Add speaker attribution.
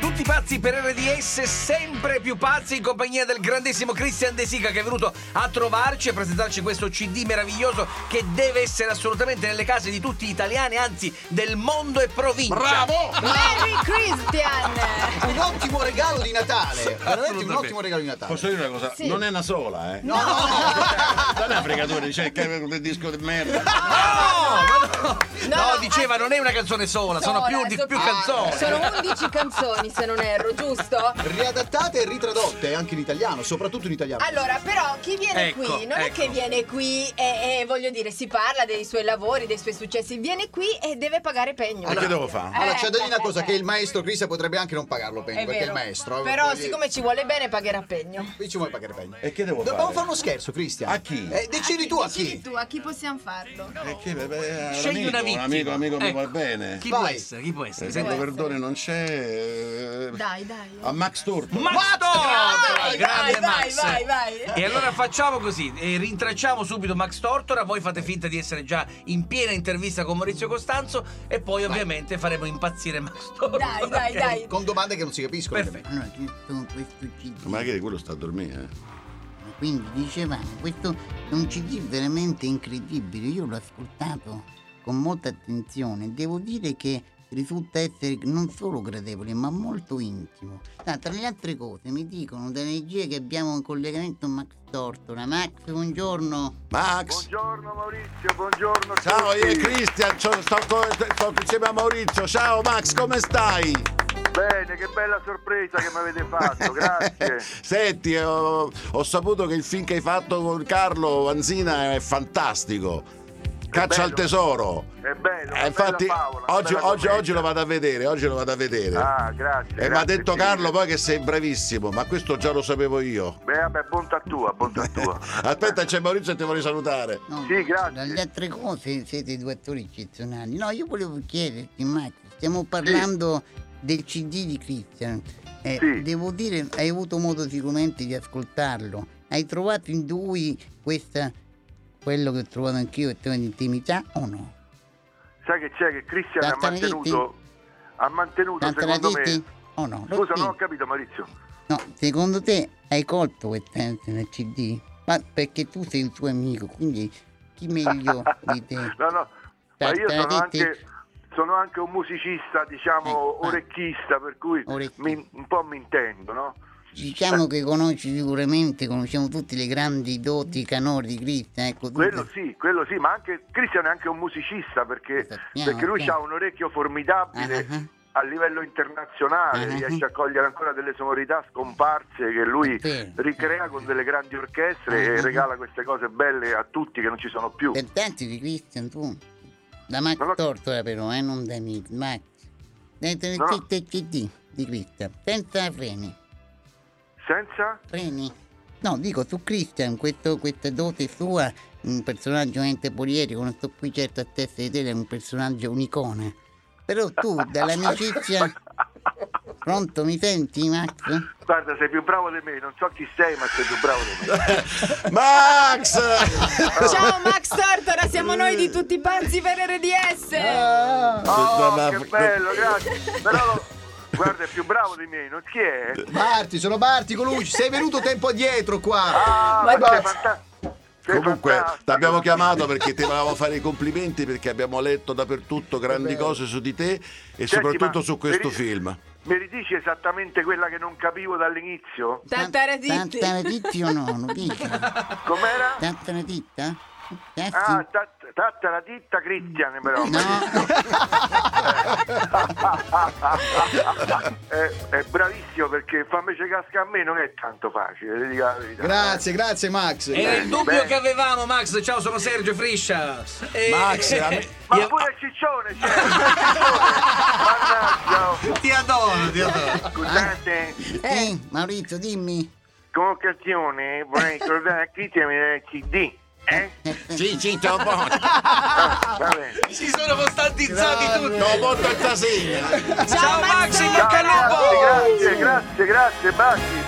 Speaker 1: Tutti pazzi per RDS, sempre più pazzi in compagnia del grandissimo Christian De Sica che è venuto a trovarci e presentarci questo CD meraviglioso che deve essere assolutamente nelle case di tutti gli italiani, anzi del mondo e provincia.
Speaker 2: Bravo!
Speaker 3: Merry Christian!
Speaker 4: un ottimo regalo di Natale. Veramente un ottimo regalo di Natale.
Speaker 2: Posso dire una cosa?
Speaker 3: Sì.
Speaker 2: Non è una sola, eh?
Speaker 4: No, no,
Speaker 2: Non è una fregatura, dice che è un disco di
Speaker 1: No,
Speaker 2: merda.
Speaker 1: ma no.
Speaker 3: No,
Speaker 1: No,
Speaker 3: no,
Speaker 1: diceva non è una canzone sola, sono più, di,
Speaker 3: Sola,
Speaker 1: più
Speaker 3: so- Ah,
Speaker 1: canzoni.
Speaker 3: Sono 11 canzoni, se non erro, giusto?
Speaker 4: Riadattate e ritradotte anche in italiano, soprattutto in italiano.
Speaker 3: Allora, però, chi viene
Speaker 1: Ecco,
Speaker 3: qui non è che
Speaker 1: ecco.
Speaker 3: viene qui e, e, voglio dire, si parla dei suoi lavori, dei suoi successi, viene qui e deve pagare pegno.
Speaker 2: E che devo fare?
Speaker 4: Allora, c'è da
Speaker 3: eh,
Speaker 4: dire una cosa:
Speaker 3: eh,
Speaker 4: che il maestro Crisa potrebbe anche non pagarlo Penny,
Speaker 3: È
Speaker 4: perché è
Speaker 3: vero.
Speaker 4: il maestro. eh,
Speaker 3: Però,
Speaker 4: voglio-
Speaker 3: siccome ci vuole bene, pagherà pegno.
Speaker 4: Qui ci vuole pagare Penny.
Speaker 2: E che devo
Speaker 4: Dobbiamo
Speaker 2: fare?
Speaker 4: fare uno scherzo, Cristian.
Speaker 2: A chi?
Speaker 4: Eh, decidi tu a
Speaker 3: Decidi
Speaker 4: chi.
Speaker 3: tu, a chi possiamo farlo?
Speaker 2: E che, beh, beh,
Speaker 1: Scegli
Speaker 2: un
Speaker 1: una
Speaker 2: amico,
Speaker 1: vittima.
Speaker 2: un amico, amico mi va
Speaker 1: Ecco.
Speaker 2: bene.
Speaker 1: Chi
Speaker 4: Vai.
Speaker 1: può essere? Chi può essere?
Speaker 2: Eh,
Speaker 1: Senti,
Speaker 2: Sento
Speaker 3: essere.
Speaker 2: perdone non c'è. eh,
Speaker 3: Dai, dai.
Speaker 2: A Max Turco.
Speaker 1: Max
Speaker 4: Max
Speaker 1: Tortora,
Speaker 3: Tortora,
Speaker 1: grande
Speaker 3: vai, vai,
Speaker 1: Max.
Speaker 3: vai, vai.
Speaker 1: E allora facciamo così, eh, rintracciamo subito Max Tortora, voi fate finta di essere già in piena intervista con Maurizio Costanzo e poi ovviamente faremo impazzire Max Tortora.
Speaker 3: Dai, dai,
Speaker 1: ok?
Speaker 3: dai.
Speaker 4: Con domande che non si capiscono.
Speaker 1: Perfetto.
Speaker 5: Allora, io sono questo CD.
Speaker 2: Ma che quello sta a dormire? eh?
Speaker 5: Quindi dicevamo, questo è un CD veramente incredibile. Io l'ho ascoltato con molta attenzione. Devo dire che risulta essere non solo gradevole, ma molto intimo. Ah, tra le altre cose, mi dicono dalla regia che abbiamo in collegamento Max Tortora. Max, buongiorno.
Speaker 2: Max!
Speaker 6: Buongiorno Maurizio, buongiorno a
Speaker 2: Ciao, io e
Speaker 6: tutti.
Speaker 2: Cristian, sto, co- sto insieme a Maurizio. Ciao Max, come stai?
Speaker 6: Bene, che bella sorpresa che mi avete fatto, grazie.
Speaker 2: Senti, ho, ho saputo che il film che hai fatto con Carlo Anzina è fantastico. Caccia al
Speaker 6: bello.
Speaker 2: tesoro.
Speaker 6: È bello,
Speaker 2: Eh,
Speaker 6: una
Speaker 2: infatti,
Speaker 6: bella favola, una
Speaker 2: oggi,
Speaker 6: bella
Speaker 2: oggi-
Speaker 6: commedia.
Speaker 2: oggi lo vado a vedere, oggi lo vado a vedere.
Speaker 6: Ah, grazie.
Speaker 2: e
Speaker 6: grazie,
Speaker 2: mi ha detto
Speaker 6: sì.
Speaker 2: Carlo poi che sei bravissimo, ma questo già lo sapevo io.
Speaker 6: Beh, vabbè, bontà tua, bontà tua.
Speaker 2: Aspetta, c'è Maurizio e ti voglio salutare.
Speaker 5: No,
Speaker 6: Sì, grazie.
Speaker 5: Dalle altre cose siete due attori eccezionali. No, io volevo chiederti, Max, stiamo parlando del CD di Christian. Eh,
Speaker 6: Sì.
Speaker 5: Devo dire, hai avuto modo sicuramente di ascoltarlo. Hai trovato in lui questa, quello che ho trovato anch'io, che di intimità o no?
Speaker 6: Sai che c'è che Cristian ha
Speaker 5: Tartaretti?
Speaker 6: mantenuto, ha mantenuto secondo
Speaker 5: Tantaraditi
Speaker 6: me...
Speaker 5: o no? Lo
Speaker 6: Scusa,
Speaker 5: sì.
Speaker 6: non ho capito Maurizio.
Speaker 5: No, secondo te hai colto questa nel CD? Ma perché tu sei il suo amico, quindi chi meglio di te?
Speaker 6: No, no, ma io sono
Speaker 5: Tartaretti?
Speaker 6: anche, sono anche un musicista, diciamo,
Speaker 5: Ecco, ah.
Speaker 6: orecchista, per cui
Speaker 5: Orecchista.
Speaker 6: mi- un po' mi intendo, no?
Speaker 5: Diciamo che conosci sicuramente, conosciamo tutti le grandi doti canori di Cristian, ecco, tu-
Speaker 6: Quello sì, quello sì, ma anche Cristian è anche un musicista perché,
Speaker 5: Sappiamo,
Speaker 6: perché lui ha
Speaker 5: sappiamo.
Speaker 6: un orecchio formidabile
Speaker 5: Ah, ah.
Speaker 6: a livello internazionale,
Speaker 5: Ah, ah.
Speaker 6: riesce a cogliere ancora delle sonorità scomparse che lui
Speaker 5: Sì.
Speaker 6: ricrea con delle grandi orchestre
Speaker 5: Ah,
Speaker 6: e
Speaker 5: ah.
Speaker 6: regala queste cose belle a tutti che non ci sono più.
Speaker 5: Per tanti di Cristian tu. Da Max
Speaker 6: No, no.
Speaker 5: Tortora però, eh, non da Mick, Max. Dentro il
Speaker 6: No, no.
Speaker 5: CD di Cristian, senza freni.
Speaker 6: Senza?
Speaker 5: Freni? No, dico su Christian, questo, questa dote sua, un personaggio veramente polierico, non sto qui certo a testa di tela, è un personaggio, un'icona. Però tu, dall'amicizia... Pronto, mi senti Max?
Speaker 6: Guarda, sei più bravo di me, non so chi sei, ma sei più bravo di me.
Speaker 2: Max!
Speaker 3: Ciao Max Tortora, siamo noi di tutti i pazzi per RDS.
Speaker 6: Oh, che bello, grazie. Però lo- guarda, è più bravo di me, non chi è?
Speaker 4: Barti, sono Barti, Colucci. Sei venuto tempo addietro qua.
Speaker 6: Ah,
Speaker 3: Ma
Speaker 6: ma sei
Speaker 3: no.
Speaker 6: fanta- sei
Speaker 2: Comunque
Speaker 6: fantastico.
Speaker 2: t'abbiamo chiamato perché ti volevamo fare i complimenti perché abbiamo letto dappertutto grandi cose su di te e
Speaker 6: Senti,
Speaker 2: soprattutto
Speaker 6: ma
Speaker 2: su questo
Speaker 6: mi-
Speaker 2: film.
Speaker 6: Mi ridici esattamente quella che non capivo dall'inizio?
Speaker 3: Tantaraditi.
Speaker 5: Tantaraditi o no, lo dico.
Speaker 6: Com'era?
Speaker 5: Tantaraditta? Eh sì.
Speaker 6: Ah, ta- tatta la ditta Cristian però.
Speaker 5: No,
Speaker 6: è, Eh, è bravissimo perché farmi casca a me non è tanto facile, ti dico la verità.
Speaker 4: Grazie, grazie Max.
Speaker 3: Eh,
Speaker 1: Era il dubbio
Speaker 6: Bene.
Speaker 1: che avevamo, Max. Ciao, sono Sergio Friscia. E-
Speaker 2: Max, a me-
Speaker 6: Ma pure il ciccione c'è! il Ciccione.
Speaker 1: ti adoro, ti adoro.
Speaker 6: Mannaggia! Scusate,
Speaker 5: eh, Maurizio, dimmi.
Speaker 6: con occasione vorrei ricordare a Cristian il CD. Eh?
Speaker 2: Sì, sì, te lo porto.
Speaker 6: Va bene.
Speaker 1: Si sono costantizzati tutti.
Speaker 2: Te lo porto stasera.
Speaker 1: Ciao, Max, in bocca al lupo.
Speaker 6: Grazie, grazie, grazie, baci.